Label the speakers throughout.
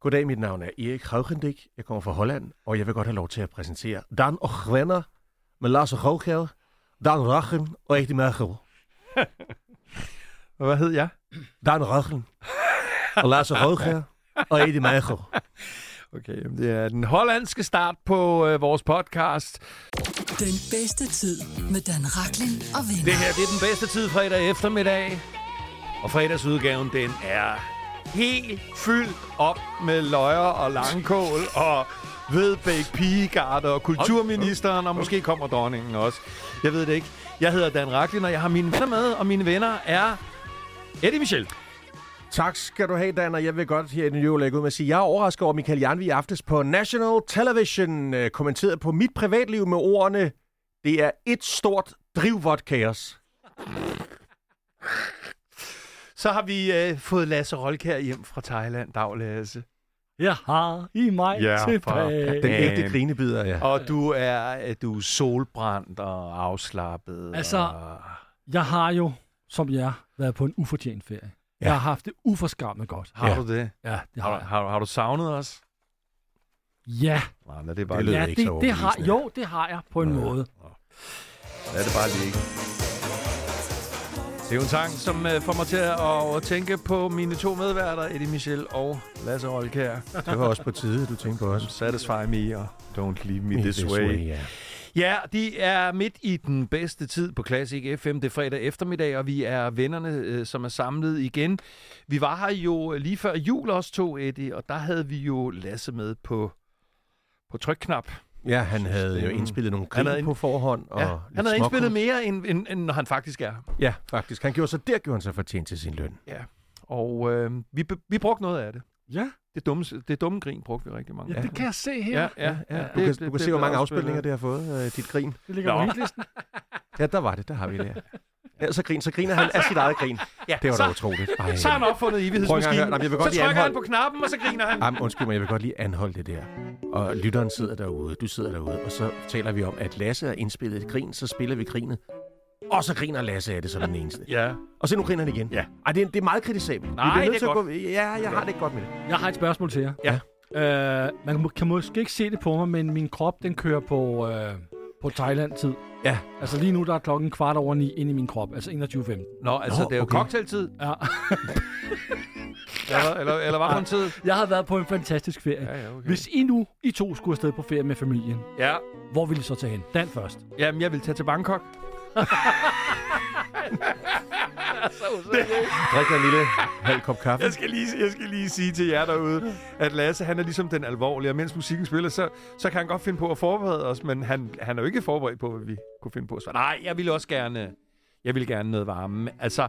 Speaker 1: Goddag, mit navn er Erik Haugendik. Jeg kommer fra Holland, og jeg vil godt have lov til at præsentere Dan og Gwenner med Lars og Roghel, Dan Rachen og Eddie Merkel.
Speaker 2: Hvad hed jeg?
Speaker 1: Dan Rachen og Lars og Roghel og Eddie Merkel.
Speaker 2: Okay, jamen, det er den hollandske start på øh, vores podcast.
Speaker 3: Den bedste tid med Dan Raklin og
Speaker 2: Det
Speaker 3: venner.
Speaker 2: her det er den bedste tid fredag eftermiddag. Og fredagsudgaven, den er helt fyldt op med løjer og langkål og vedbæk, pigegarde og kulturministeren, og måske kommer dronningen også. Jeg ved det ikke. Jeg hedder Dan Raklin, og jeg har mine venner med, og mine venner er Eddie Michel.
Speaker 1: Tak skal du have, Dan, og jeg vil godt her i den nye lægge ud med at sige, at jeg er overrasket over at Michael Janvi i aftes på National Television, øh, kommenteret på mit privatliv med ordene, det er et stort drivvodkaos.
Speaker 2: Så har vi øh, fået Lasse Rolkær hjem fra Thailand. Dag, Lasse.
Speaker 4: Jeg har i mig
Speaker 2: Ja, for
Speaker 4: tilbage.
Speaker 2: fanden.
Speaker 1: Den
Speaker 2: Øh.
Speaker 1: ægte grinebider, ja.
Speaker 2: Og du er, øh, du er solbrændt og afslappet.
Speaker 4: Altså,
Speaker 2: og...
Speaker 4: Jeg har jo, som jer, været på en ufortjent ferie. Ja. Jeg har haft det uforskammet godt.
Speaker 2: Har
Speaker 1: Ja.
Speaker 2: ja. du det?
Speaker 4: Ja, det
Speaker 2: Har,
Speaker 4: har
Speaker 2: du-
Speaker 4: jeg.
Speaker 2: har, har du savnet os?
Speaker 4: Ja,
Speaker 2: Nej, lad det bare
Speaker 1: Det
Speaker 2: ligge.
Speaker 1: lyder
Speaker 4: ja
Speaker 1: ikke så
Speaker 4: det, det har,
Speaker 1: overbevisende.
Speaker 4: jo, det har jeg på en
Speaker 1: Nå.
Speaker 4: måde.
Speaker 2: Lad det bare ligge. Det er jo en sang, som øh, får mig til at at tænke på mine to medværter, Eddie Michel og Lasse Olkær.
Speaker 1: Det var også på tide, du tænkte på os.
Speaker 2: Satisfy me og Don't leave me this, way.
Speaker 1: ja.
Speaker 2: Ja, de er midt i den bedste tid på Classic FM. Det er fredag eftermiddag, og vi er vennerne, øh, som er samlet igen. Vi var her jo lige før jul også to, Eddie, og der havde vi jo Lasse med på, på trykknap.
Speaker 1: Ja, han havde jo
Speaker 2: Stemmen.
Speaker 1: indspillet nogle
Speaker 2: Han
Speaker 1: grin
Speaker 2: havde ind-
Speaker 1: på forhånd. Og
Speaker 2: Ja,
Speaker 1: lidt
Speaker 2: han havde
Speaker 1: småkul.
Speaker 2: indspillet mere, end, end, end når han faktisk er.
Speaker 1: Ja, faktisk. Han gjorde så der gjorde han sig fortjent til sin løn.
Speaker 2: Og øh, vi, be- vi brugte noget af det.
Speaker 4: Ja,
Speaker 2: Det dumme, det dumme grin brugte vi rigtig mange
Speaker 4: ja,
Speaker 2: af.
Speaker 4: det kan jeg se her.
Speaker 2: Ja, ja, ja.
Speaker 4: Du
Speaker 2: Det-
Speaker 1: Du kan,
Speaker 2: det-
Speaker 1: du kan
Speaker 2: det
Speaker 1: se, hvor
Speaker 2: blev
Speaker 1: mange afspilninger
Speaker 2: afspillet.
Speaker 1: det har fået, øh, dit grin.
Speaker 4: Det ligger
Speaker 2: Nå.
Speaker 4: på hitlisten.
Speaker 1: Ja, der var det. Der har vi det. Ja. Ja, så, grin, så griner han af sit eget grin.
Speaker 2: Ja,
Speaker 1: Det var
Speaker 2: så,
Speaker 1: da utroligt. Ej.
Speaker 2: så har han opfundet
Speaker 1: Prøv engang at høre.
Speaker 2: evighedsmaskinen.
Speaker 1: Jamen, jeg vil
Speaker 2: Så
Speaker 1: godt lige
Speaker 2: trykker han
Speaker 1: anholde,
Speaker 2: på knappen, og så griner han.
Speaker 1: Jamen, undskyld mig, jeg vil godt lige anholde det der. Og lytteren sidder derude, du sidder derude, og så taler vi om, at Lasse har indspillet et grin, så spiller vi grinet. Og så griner Lasse af det som den eneste.
Speaker 2: Ja.
Speaker 1: Og så nu griner han igen.
Speaker 2: Ja.
Speaker 1: Ej, det er, det er meget kritisabelt. Vi
Speaker 2: Nej,
Speaker 1: bliver nødt
Speaker 2: det er
Speaker 1: til at
Speaker 2: godt.
Speaker 1: Gå... Ja, jeg har det ikke godt med det.
Speaker 4: Jeg har et spørgsmål til jer.
Speaker 2: Ja.
Speaker 4: Øh, man må- kan måske ikke se det på mig, men min krop, den kører på, øh, på Thailand-tid.
Speaker 1: Ja.
Speaker 4: Altså lige nu, der er klokken kvart over ni ind i min krop. Altså 21.15.
Speaker 2: Nå, altså,
Speaker 1: Nå,
Speaker 2: det er jo
Speaker 1: okay.
Speaker 2: cocktailtid.
Speaker 4: Ja.
Speaker 2: Eller, eller, eller hvad for en tid?
Speaker 4: Jeg har været på en fantastisk ferie.
Speaker 2: Ja, ja, okay.
Speaker 4: Hvis I nu, I to, skulle afsted på ferie med familien,
Speaker 2: Ja,
Speaker 4: hvor vil I så tage hen? Dan først.
Speaker 2: jamen, jeg vil tage til Bangkok.
Speaker 1: Drikker en lille halv kop kaffe.
Speaker 2: Jeg skal, lige, jeg skal lige sige til jer derude, at Lasse, han er ligesom den alvorlige, og mens musikken spiller, så, så kan han godt finde på at forberede os, men han, han er jo ikke forberedt på, hvad vi kunne finde på. Så nej, jeg ville også gerne, jeg ville gerne noget varme. Altså,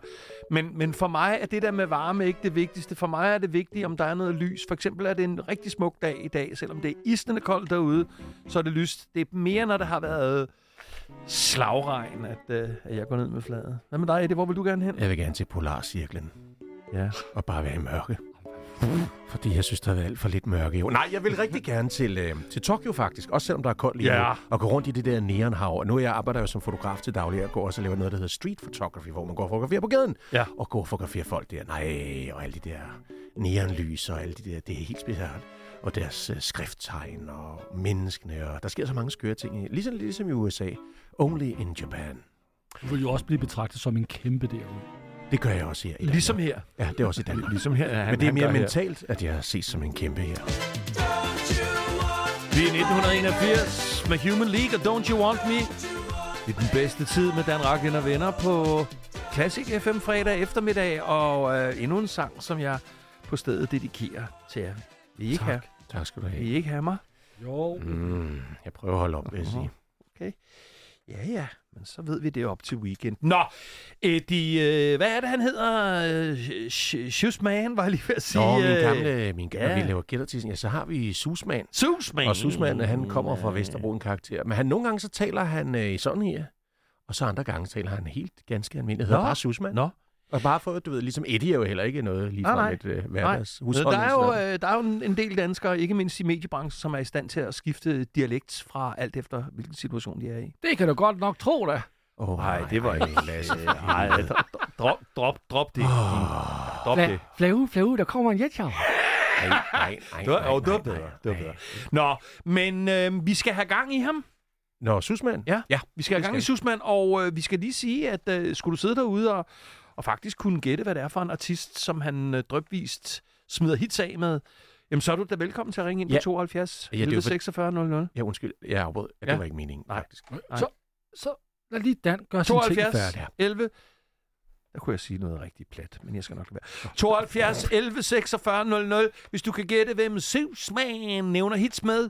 Speaker 2: men, men for mig er det der med varme ikke det vigtigste. For mig er det vigtigt, om der er noget lys. For eksempel er det en rigtig smuk dag i dag, selvom det er isnende koldt derude, så er det lyst. Det er mere, når det har været slagregn, at, øh, at jeg går ned med fladet. Hvad med dig, Eddie? Hvor vil du gerne hen?
Speaker 1: Jeg vil gerne til Polarcirklen
Speaker 2: Ja.
Speaker 1: og bare være i mørke. Fordi jeg synes, der har været alt for lidt mørke i år. Nej, jeg vil rigtig gerne til, øh, til Tokyo faktisk, også selvom der er koldt lige nu,
Speaker 2: Ja.
Speaker 1: og gå rundt i det der neonhav. Og nu er jeg arbejder jeg jo som fotograf til daglig, og går også og laver noget, der hedder street photography, hvor man går og fotograferer på gaden,
Speaker 2: Ja.
Speaker 1: og går og fotograferer folk der. Nej, og alle de der neonlys og alle de der, det er helt specielt. Og deres øh, skrifttegn og menneskene, og der sker så mange skøre ting. i- Ligesom, ligesom i USA. Only in Japan.
Speaker 4: Du vil jo også blive betragtet som en kæmpe derude.
Speaker 1: Det gør jeg også her. i Danmark.
Speaker 2: Ligesom her.
Speaker 1: Ja, det er også i Danmark.
Speaker 2: Ligesom her. Han,
Speaker 1: Men det er
Speaker 2: han gør
Speaker 1: mere
Speaker 2: her.
Speaker 1: mentalt, at jeg ses som en kæmpe her.
Speaker 2: Vi er 1981 med Human League og Don't You Want Me. Det er den bedste tid med Dan Raklin og venner på Classic FM fredag eftermiddag. Og øh, endnu en sang, som jeg på stedet dedikerer til jer. Vil I ikke, have,
Speaker 1: Tak. Tak skal du
Speaker 2: vil
Speaker 1: have.
Speaker 2: I ikke have mig?
Speaker 4: Jo.
Speaker 1: Mm, jeg prøver at holde op, vil jeg sige.
Speaker 2: Ja, ja. Men så ved vi det op til weekend. Nå, Eddie, øh, hvad er det, han hedder? Øh, Sh- Shusman, var jeg lige ved at sige.
Speaker 1: Nå, min
Speaker 2: øh,
Speaker 1: gamle, min gamle,
Speaker 2: ja.
Speaker 1: ja. vi laver gættertissen. Ja, så har vi Susman.
Speaker 2: Susman.
Speaker 1: Og Susman, han
Speaker 2: Mm.
Speaker 1: kommer fra Vesterbro, en karakter. Men han, nogle gange så taler han øh, sådan her, og så andre gange taler han helt ganske almindeligt. Hedder
Speaker 2: Nå.
Speaker 1: bare Susman.
Speaker 2: Nå,
Speaker 1: Og bare for, du ved, ligesom Eddie er jo heller ikke noget lige
Speaker 2: Nej,
Speaker 1: fra
Speaker 2: nej.
Speaker 1: et øh, hverdags
Speaker 2: Men Der er,
Speaker 1: husholdningsnavn.
Speaker 2: jo, øh, der er jo en- en del danskere, ikke mindst i mediebranchen, som er i stand til at skifte dialekt fra alt efter, hvilken situation de er i.
Speaker 4: Det kan du godt nok tro da.
Speaker 1: Åh,
Speaker 2: Ej,
Speaker 1: nej,
Speaker 2: det var ikke
Speaker 1: Lasse.
Speaker 2: Nej, Altså,
Speaker 5: Ah.
Speaker 2: drop, drop, drop det. Drop
Speaker 4: Flaue, flaue, der kommer en jetjager.
Speaker 5: nej, nej, nej.
Speaker 2: Det var,
Speaker 5: nej,
Speaker 2: oh, det var
Speaker 5: nej,
Speaker 2: bedre.
Speaker 5: nej,
Speaker 2: Det var
Speaker 5: nej.
Speaker 2: bedre. Nå, men øh, vi skal have gang i ham.
Speaker 5: Nå, Susman?
Speaker 2: Ja,
Speaker 5: ja.
Speaker 2: Vi skal have
Speaker 5: Det
Speaker 2: gang i
Speaker 5: skal
Speaker 2: Susman, og øh, vi skal lige sige, at øh, skulle du sidde derude og, og faktisk kunne gætte, hvad det er for en artist, som han øh, drøbvist smider hits af med, jamen så er du da velkommen til at ringe ind ja.
Speaker 5: Ja.
Speaker 2: på 72
Speaker 5: Ja, det er jo
Speaker 2: 11
Speaker 5: for-
Speaker 2: 46 00.
Speaker 5: Ja, undskyld. Jeg afbrød. Ja,
Speaker 2: Ja.
Speaker 5: det var ikke meningen,
Speaker 2: Nej.
Speaker 5: faktisk.
Speaker 4: Så, så lad lige Dan gøre sin ting
Speaker 2: 72
Speaker 4: færdig.
Speaker 2: 11 der kunne jeg sige noget rigtig plat, men jeg skal nok lade være. 72 11 46 00. Hvis du kan gætte, hvem Susman nævner hits med.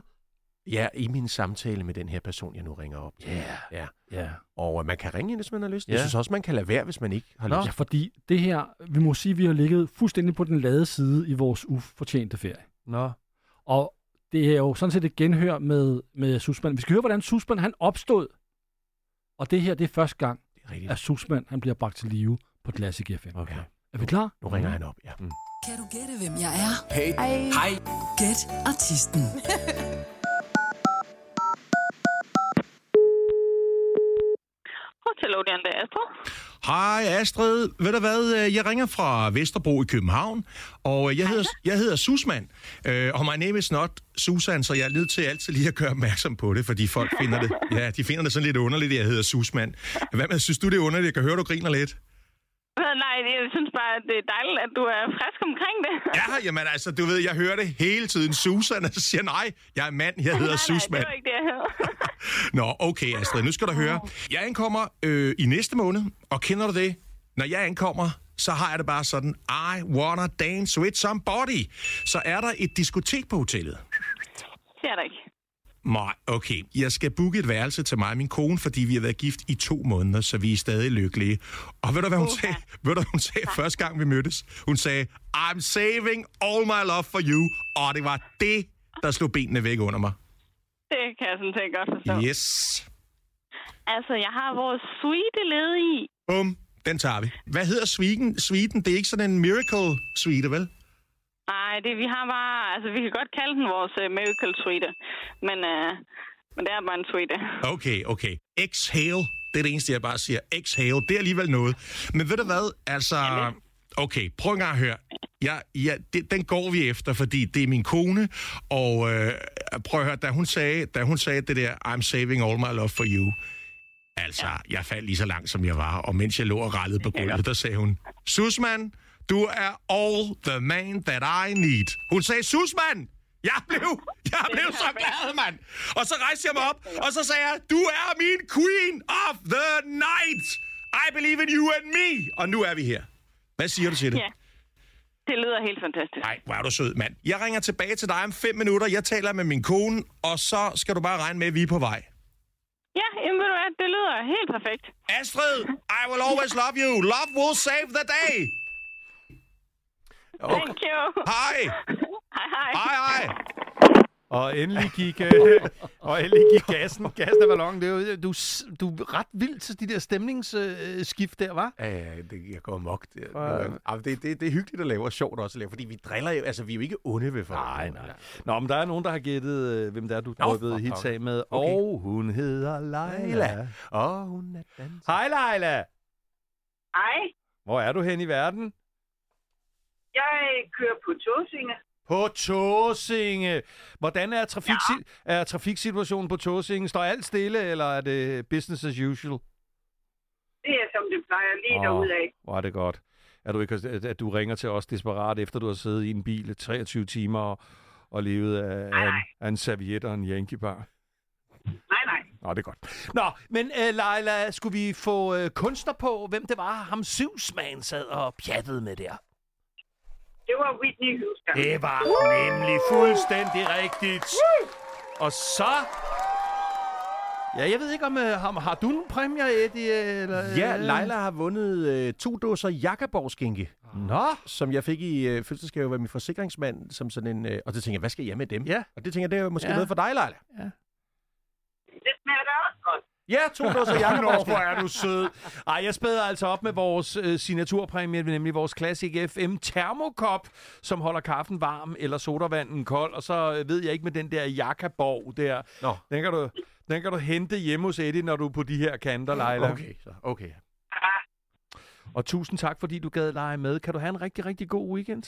Speaker 5: Ja, i min samtale med den her person, jeg nu ringer op.
Speaker 2: Ja.
Speaker 5: Ja.
Speaker 2: Ja.
Speaker 5: Og øh, man kan ringe ind, hvis man har lyst. Ja.
Speaker 2: Ja.
Speaker 5: Jeg synes også, man kan lade være, hvis man ikke har
Speaker 2: Nå.
Speaker 5: Nå.
Speaker 4: Ja,
Speaker 5: lyst.
Speaker 4: fordi det her, vi må sige, vi har ligget fuldstændig på den lade side i vores ufortjente ferie.
Speaker 2: Nå.
Speaker 4: Og det er jo sådan set et genhør med, med Susman. Vi skal høre, hvordan Susman han opstod. Og det her, det er første gang,
Speaker 5: Det er rigtigt.
Speaker 4: at Susman han bliver bragt til live på Classic FM.
Speaker 5: Okay. Ja.
Speaker 4: Er vi klar?
Speaker 5: Nu
Speaker 2: Mm.
Speaker 5: ringer han op, ja. Mm.
Speaker 3: Kan du gætte, hvem jeg er?
Speaker 6: Hej. Hej.
Speaker 3: Gæt artisten.
Speaker 7: Hotel Odeon, det er Astrid.
Speaker 1: Hej Astrid, ved du hvad, øh, jeg ringer fra Vesterbro i København, og øh, jeg hedder, jeg hedder Susman, øh, og my name is not Susan, så jeg er nødt til altid lige at gøre opmærksom på det, fordi folk finder det, ja, de finder det sådan lidt underligt, at jeg hedder Susman. Hvad med, synes du det er underligt? Jeg kan høre, du griner lidt.
Speaker 7: Øh, Nej, jeg synes bare, at det er dejligt, at du er frisk omkring det.
Speaker 1: Ja, jamen altså, du ved, jeg hører det hele tiden, Susan, og så siger jeg, nej, jeg er mand, jeg hedder
Speaker 7: nej, nej,
Speaker 1: Susman.
Speaker 7: det var ikke det, jeg havde.
Speaker 1: Nå, okay Astrid, nu skal du høre. Jeg ankommer øh, i næste måned, og kender du det? Når jeg ankommer, så har jeg det bare sådan, I wanna dance with somebody. Så er der et diskotek på hotellet.
Speaker 7: Ser dig ikke.
Speaker 1: Nej, okay. Jeg skal booke et værelse til mig og min kone, fordi vi har været gift i to måneder, så vi er stadig lykkelige. Og ved du, hvad hun sagde, ved du, hvad hun sagde første gang, vi mødtes? Hun sagde, I'm saving all my love for you. Og det var det, der slog benene væk under mig.
Speaker 7: Det kan jeg sådan set godt forstå.
Speaker 1: Yes.
Speaker 7: Altså, jeg har vores suite ledige i.
Speaker 1: Bum, den tager vi. Hvad hedder Sweden? Sweden, det er ikke sådan en miracle suite, vel?
Speaker 7: Nej, det vi har bare... Altså, vi kan godt kalde den vores uh, miracle suite. Men, uh, men det er bare en suite.
Speaker 1: Okay, okay. Exhale, det er det eneste, jeg bare siger. Exhale, det er alligevel noget. Men ved du hvad, altså... Okay, prøv en gang at høre. Ja, ja, det, den går vi efter, fordi det er min kone, og øh, prøv at høre, da hun, sagde, da hun sagde det der, I'm saving all my love for you, altså, jeg faldt lige så langt, som jeg var, og mens jeg lå og rallede på gulvet, der sagde hun, Susman, du er all the man that I need. Hun sagde, Susman, jeg blev, jeg blev så glad, mand. Og så rejste jeg mig op, og så sagde jeg, du er min queen of the night. I believe in you and me. Og nu er vi her. Hvad siger du til det?
Speaker 7: Ja. Det lyder helt fantastisk.
Speaker 1: Nej, hvor er du sød, mand. Jeg ringer tilbage til dig om fem minutter. Jeg taler med min kone, og så skal du bare regne med, at vi er på vej.
Speaker 7: Ja, jamen, ved du hvad? Det lyder helt perfekt.
Speaker 1: Astrid, I will always love you. Love will save the day.
Speaker 7: Thank you.
Speaker 1: Hej.
Speaker 7: Hej, hej.
Speaker 1: Hej, hej.
Speaker 2: Og endelig gik, øh, og endelig gik gassen, gassen af ballonen. Det er jo, øh, du, s- du er ret vild til de der stemningsskift øh, der, var.
Speaker 5: Ja, ja, det, jeg går mok. Det,
Speaker 2: Ja.
Speaker 5: ja. det, det, det er hyggeligt at lave, og sjovt også at lave, fordi vi driller jo, altså vi er jo ikke onde ved folk.
Speaker 2: Nå, men der er nogen, der har gættet, øh, hvem det er, du drøbede
Speaker 5: for
Speaker 2: hits
Speaker 5: pokker.
Speaker 2: af med.
Speaker 5: Okay.
Speaker 2: Og hun hedder Leila.
Speaker 5: Leila, og hun er dansk.
Speaker 2: Hej, Leila.
Speaker 8: Hej,
Speaker 2: Hvor er du hen i verden?
Speaker 8: jeg kører på Tåsinge.
Speaker 2: På Tåsinge. Hvordan er, trafik, ja. er trafiksituationen på Tåsinge? Står alt stille, eller er det business as usual?
Speaker 8: Det er, som det plejer, lige oh.
Speaker 2: Åh.
Speaker 8: derude af.
Speaker 2: Hvor er det godt, at du, ikke, har- at, at du ringer til os desperat, efter du har siddet i en bil i 23 timer og, og levet af, af, en, af en serviet og en yankee-bar.
Speaker 8: Nej, nej.
Speaker 2: Nå, det er godt. Nå, men uh, Leila, skulle vi få uh, kunstner på, hvem det var, ham Sivsman sad og pjattede med der?
Speaker 8: Det var Whitney Houston.
Speaker 2: Det var nemlig fuldstændig rigtigt. Og så... Ja, jeg ved ikke, om uh, har, har du en præmie, Eddie? Eller,
Speaker 5: Ja, Leila har vundet øh, to dåser Jakobborgskinke,
Speaker 2: Nå,
Speaker 5: som jeg fik i øh, fødselsdagsgave af min forsikringsmand, som sådan en, øh, og det tænker jeg, hvad skal jeg med dem?
Speaker 2: Ja.
Speaker 5: Og det tænker jeg, det er måske
Speaker 2: Ja.
Speaker 5: noget for dig, Leila.
Speaker 8: Det smager da også godt.
Speaker 5: Ja, to dåser
Speaker 2: Nå,
Speaker 5: Jakobborgskinke.
Speaker 2: hvor er du sød. Ej, jeg spæder altså op med vores øh, signaturpræmie, nemlig vores Classic FM Thermokop, som holder kaffen varm eller sodavanden kold. Og så øh, ved jeg ikke med den der jakkaborg der.
Speaker 5: Nå.
Speaker 2: Den kan du, den kan du hente hjemme hos Eddie, når du er på de her kanter, Leila.
Speaker 5: Okay, så, okay.
Speaker 2: Og tusind tak, fordi du gad lege med. Kan du have en rigtig, rigtig god weekend?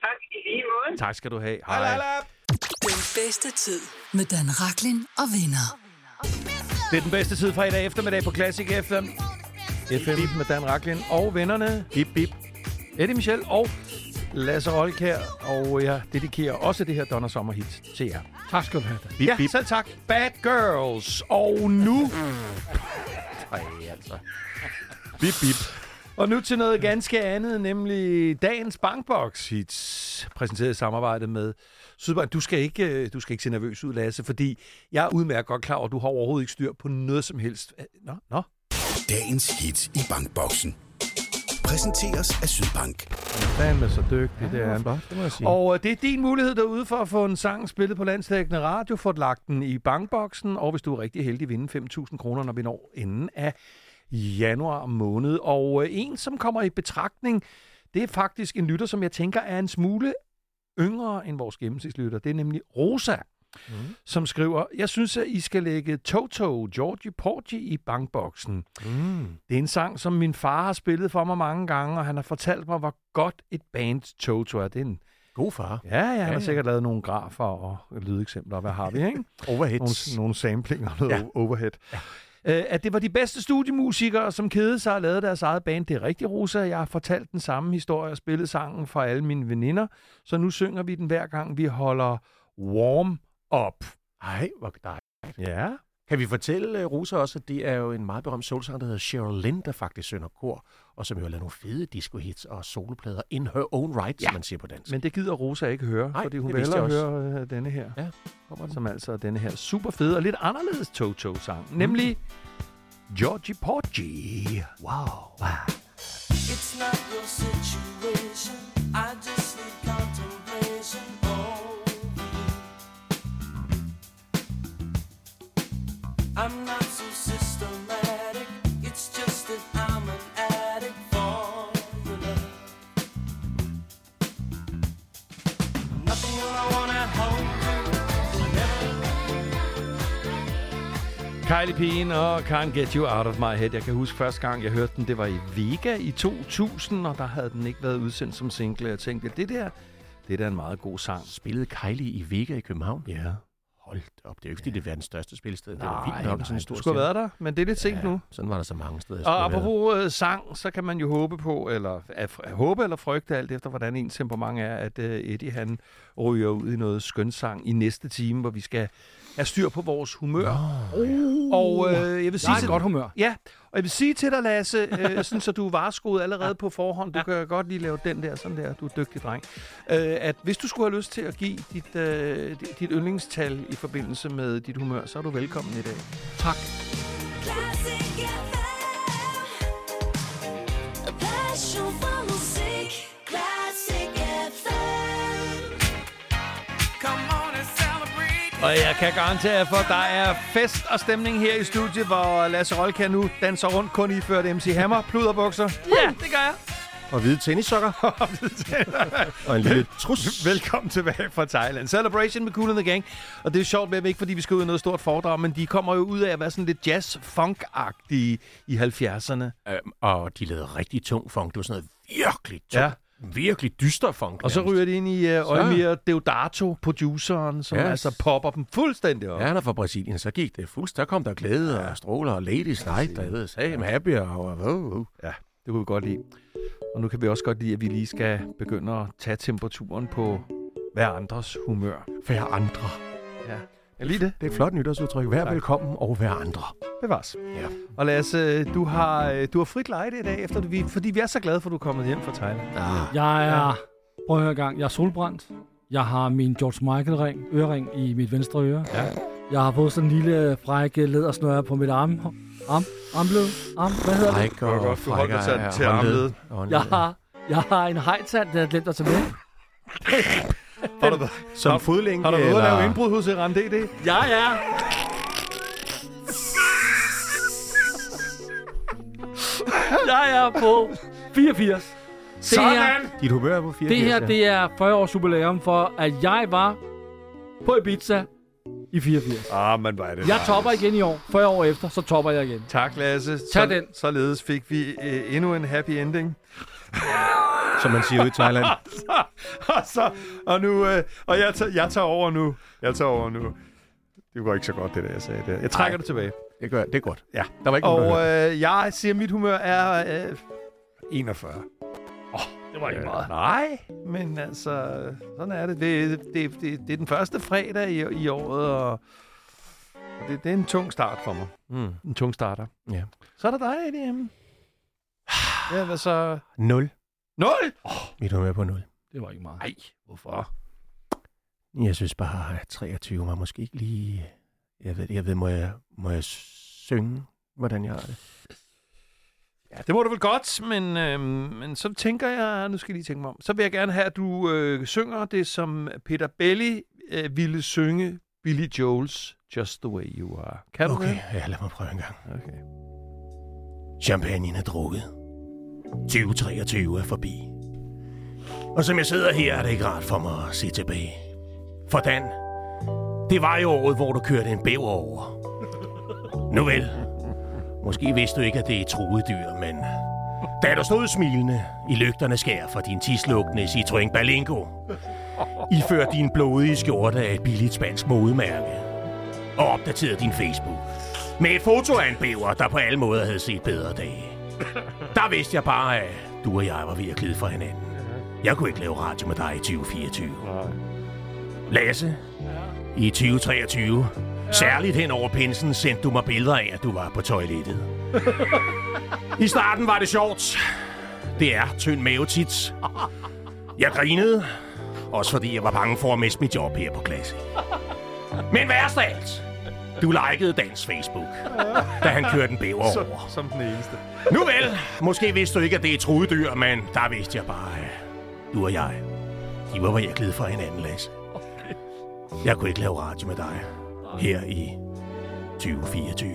Speaker 8: Tak i lige måde.
Speaker 2: Tak skal du have. Hej.
Speaker 9: Hej.
Speaker 3: Den bedste tid med Dan Raklin og venner.
Speaker 2: Det er den bedste tid fredag eftermiddag på Classic FM. FM med Dan Raklin og vennerne. Bip, bip. Eddie Michel og Lasse Olkær. Og jeg dedikerer også det her Donner Sommer hit til jer.
Speaker 4: Tak skal du have. Dan.
Speaker 2: Bip, ja, bip. selv tak. Bad Girls. Og nu... Ej, altså. Bip, bip. Og nu til noget ganske andet, nemlig dagens bankbox hits, præsenteret i samarbejde med Sydbank. Du skal ikke, øh, du skal ikke se nervøs ud, Lasse, fordi jeg er udmærket godt klar over, at du har overhovedet ikke styr på noget som helst. Øh, Nå, nå.
Speaker 10: Dagens hit i bankboksen. Præsenteres af Sydbank.
Speaker 2: Fandme så dygtig, det er han.
Speaker 1: Flot, det må jeg sige. Og
Speaker 2: Og øh, det er din mulighed derude for at få en sang spillet på landstækkende radio, få lagt den i bankboksen, og hvis du er rigtig heldig, vinde 5.000 kroner, når vi når enden af januar måned. Og øh, en, som kommer i betragtning, det er faktisk en lytter, som jeg tænker er en smule yngre end vores gennemsnitslytter. Det er nemlig Rosa, mm. som skriver, jeg synes, at I skal lægge Toto, Georgie Porgy i bankboksen. Det er en sang, som min far har spillet for mig mange gange, og han har fortalt mig, hvor godt et band Toto er. Det er en
Speaker 1: god far.
Speaker 2: Ja, ja, han ja,
Speaker 1: Ja,
Speaker 2: har
Speaker 1: ja.
Speaker 2: sikkert lavet nogle grafer og lydeksempler, og hvad har vi, ikke? nogle,
Speaker 1: Overheads.
Speaker 2: nogle samplinger og noget
Speaker 1: Ja.
Speaker 2: ja. overhead. Ja. Øh, at det var de bedste studiemusikere, som kede sig og lavede deres eget band. Det er rigtigt, Rosa. Jeg har fortalt den samme historie og spillet sangen for alle mine veninder, så nu synger vi den hver gang, vi holder warm up.
Speaker 1: Ej, hvor dejligt.
Speaker 2: Ja.
Speaker 1: Kan vi fortælle, øh, Rosa, også, at det er jo en meget berømt soulsanger, der hedder Cheryl Lynn, der faktisk synger kor, og som jo har lavet nogle fede disco-hits og soloplader in her own right, ja. som man siger på dansk.
Speaker 2: Men det gider Rosa ikke høre,
Speaker 1: Nej,
Speaker 2: Nej, fordi hun
Speaker 1: det
Speaker 2: vil
Speaker 1: vidste
Speaker 2: hellere
Speaker 1: jeg
Speaker 2: høre øh, denne her.
Speaker 1: Ja,
Speaker 2: kommer Som altså er denne her super fede og lidt anderledes Toto-sang. Mm. Nemlig Georgie Porgy.
Speaker 1: Wow.
Speaker 11: It's not your situation. I just need contemplation over you. I'm not so systematic. It's just that I'm an addict for your love. Nothing that I want at home.
Speaker 2: Kylie Pien og Can't Get You Out of My Head. Jeg kan huske første gang, jeg hørte den, det var i Vega i 2000, og der havde den ikke været udsendt som single. Jeg tænkte, det der, det der er en meget god sang.
Speaker 1: Spillede Kylie i Vega i København?
Speaker 2: Ja.
Speaker 1: Hold da op, det er jo ikke, fordi det er verdens største spilsted. Det var
Speaker 2: Nej,
Speaker 1: vildt nok, sådan
Speaker 2: nej,
Speaker 1: en
Speaker 2: du
Speaker 1: stor
Speaker 2: skulle have været der, men det er lidt sent
Speaker 1: Ja,
Speaker 2: nu.
Speaker 1: Sådan var der så mange steder. jeg skulle
Speaker 2: Og
Speaker 1: have været.
Speaker 2: apropos øh, sang, så kan man jo håbe på, eller at, at håbe eller frygte alt efter, hvordan ens temperament er, at øh, Eddie han ryger ud i noget skønsang i næste time, hvor vi skal have styr på vores humør. Nå, og øh, jeg vil sige,
Speaker 4: Jeg er i
Speaker 2: til-
Speaker 4: godt humør.
Speaker 2: Ja, og jeg vil sige til dig, Lasse, øh, sådan, så du er vareskoet allerede på forhånd. Du kan godt lige lave den der, sådan der, du er dygtig dreng. Øh, at hvis du skulle have lyst til at give dit, øh, dit- dit yndlingstal i forbindelse med dit humør, så er du velkommen i dag.
Speaker 4: Tak.
Speaker 11: Passion for musik. Classic FM. Come on and celebrate.
Speaker 2: Og jeg kan garantere for, at der er fest og stemning her i studiet, hvor Lasse Rolka nu danser rundt kun i ført MC Hammer, pluderbukser. Ja, det gør jeg.
Speaker 1: Og hvide tennissokker. og en lille trus.
Speaker 2: Velkommen tilbage fra Thailand. Celebration med Cool and the Gang. Og det er jo sjovt med dem, ikke fordi vi skal ud i noget stort foredrag, men de kommer jo ud af at være sådan lidt jazz-funk-agtige i 70'erne.
Speaker 1: Øhm, og de lavede rigtig tung funk. Det var sådan noget virkelig tung,
Speaker 2: Ja.
Speaker 1: ja. virkelig dyster funk.
Speaker 2: Og så
Speaker 1: nærmest.
Speaker 2: ryger de ind i uh, Øjmir Deodato, produceren, som yes.
Speaker 1: Yes.
Speaker 2: altså popper dem fuldstændig op.
Speaker 1: Ja, han er fra Brasilien, så gik det fuldstændig. Der kom der glæde og stråler og ladies night, der ved, sagde happy og... og- og- og-
Speaker 2: Det kunne vi godt lide. Og nu kan vi også godt lide, at vi lige skal begynde at tage temperaturen på hver andres humør.
Speaker 1: Hver andre.
Speaker 2: Ja. Jeg lige det.
Speaker 1: Det er et flot nytårsudtryk. Vær
Speaker 2: Tak.
Speaker 1: velkommen og vær andre.
Speaker 2: Bevares.
Speaker 1: Ja.
Speaker 2: Og Lasse, du har, øh, du har frit lejde i dag, efter du, vi, fordi vi er så glade for, at du er kommet hjem fra Thailand.
Speaker 1: Ah,
Speaker 4: Jeg er... Prøv at høre en gang. Jeg er solbrændt. Jeg har min George Michael-ring, ørering i mit venstre øre.
Speaker 2: Ja.
Speaker 4: Jeg har fået sådan en lille frække lædersnøre på mit arm. Arm? Armled? Arm? Hvad hedder det?
Speaker 1: fræk og
Speaker 2: godt, du holdt
Speaker 1: frækker
Speaker 2: dig til-
Speaker 1: er
Speaker 2: til
Speaker 1: håndled.
Speaker 2: armledet.
Speaker 1: Håndled.
Speaker 4: Jeg har, jeg har en hejtand, der er glemt at tage med.
Speaker 2: Har du,
Speaker 1: Som fodlænke
Speaker 2: har du været ude at
Speaker 1: eller...
Speaker 2: lave indbrud hos RMDD?
Speaker 4: Ja, ja. Jeg er på 84. Det her,
Speaker 1: Dit humør er på 84.
Speaker 4: det her, det er 40 års jubilæum for, at jeg var på Ibiza i 84.
Speaker 2: Ah, men var det
Speaker 4: Jeg topper igen i år. 40 år efter, så topper jeg igen.
Speaker 2: Tak, Lasse.
Speaker 4: Tag den.
Speaker 2: Således fik vi øh, endnu en happy ending.
Speaker 1: som man siger ude i Thailand.
Speaker 2: så, og, så, og, nu, øh, og jeg, tager, jeg tager over nu. Jeg tager over nu. Det var ikke så godt, det der, jeg sagde der. Jeg trækker
Speaker 1: Nej.
Speaker 2: Ej. det tilbage.
Speaker 1: Det, gør, det er godt.
Speaker 2: Ja.
Speaker 1: Der var ikke nogen, der
Speaker 2: Og øh, jeg siger, at mit humør er øh, 41. Åh, oh, det var ikke
Speaker 1: Øh,
Speaker 2: meget. Nej, men altså, sådan er det. Det, det, det, det er den første fredag i, i året, og, og det, det er en tung start for mig.
Speaker 1: Mm.
Speaker 2: En tung starter.
Speaker 1: Ja.
Speaker 2: Så er der dig, Eddie. Ja, hvad så?
Speaker 1: 0.
Speaker 2: Nul!
Speaker 1: Mit humør på 0.
Speaker 4: Det var ikke meget.
Speaker 2: Nej, hvorfor?
Speaker 1: Jeg synes bare, at 23 var måske ikke lige... Jeg ved, jeg ved må, jeg, må jeg synge, hvordan jeg har det?
Speaker 2: Ja, det må du vel godt, men, øh, men så tænker jeg, nu skal jeg lige tænke mig om, så vil jeg gerne have, at du øh, synger det, som Peter Belli øh, ville synge Billy Joel's Just The Way You Are. Kan du
Speaker 1: Okay,
Speaker 2: det?
Speaker 1: ja, lad mig prøve en gang.
Speaker 2: Okay.
Speaker 1: Champagnen er drukket. 2023 er forbi. Og som jeg sidder her, er det ikke rart for mig at se tilbage. For Dan, det var jo året, hvor du kørte en bæver over. Nu vel. Måske vidste du ikke, at det er truede dyr, men... Da du stod smilende i lygterne skær fra din tislugtende Citroën Balingo, iførte din blodige skjorte af et billigt spansk modemærke, og opdaterede din Facebook. Med et foto af en bæver, der på alle måder havde set bedre dage. Der vidste jeg bare, at du og jeg var ved at glide fra hinanden. Jeg kunne ikke lave radio med dig i 2024. Lasse, i 2023, særligt hen over pinsen, sendte du mig billeder af, at du var på toilettet. I starten var det sjovt. Det er tynd mave tit. Jeg grinede, også fordi jeg var bange for at miste mit job her på klasse. Men værst af alt, du likede Dans Facebook, da han kørte en bæver over.
Speaker 2: Så, som den eneste.
Speaker 1: Nu vel, måske vidste du ikke, at det er truede dyr, men der vidste jeg bare, at du og jeg, de var ved at glide fra hinanden, Lasse. Jeg kunne ikke lave radio med dig her i 2024.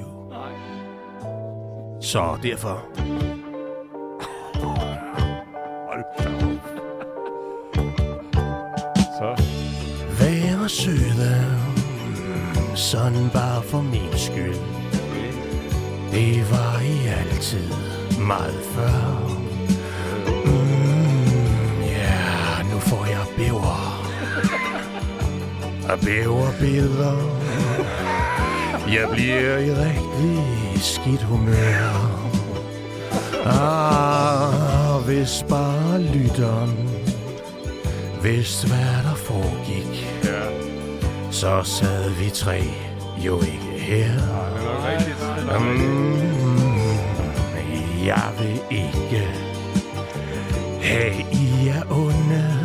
Speaker 1: Så derfor...
Speaker 2: Så.
Speaker 1: Vær søde, sådan bare for min skyld. Det var I altid meget før. Mm, ja, nu får jeg bæver. Og bæverbilleder. Jeg bliver i rigtig skidt humør. Ah, hvis bare lytteren vidste, hvad der foregik. Ja. Så sad vi tre jo ikke her. Mm, jeg vil ikke have, I er onde.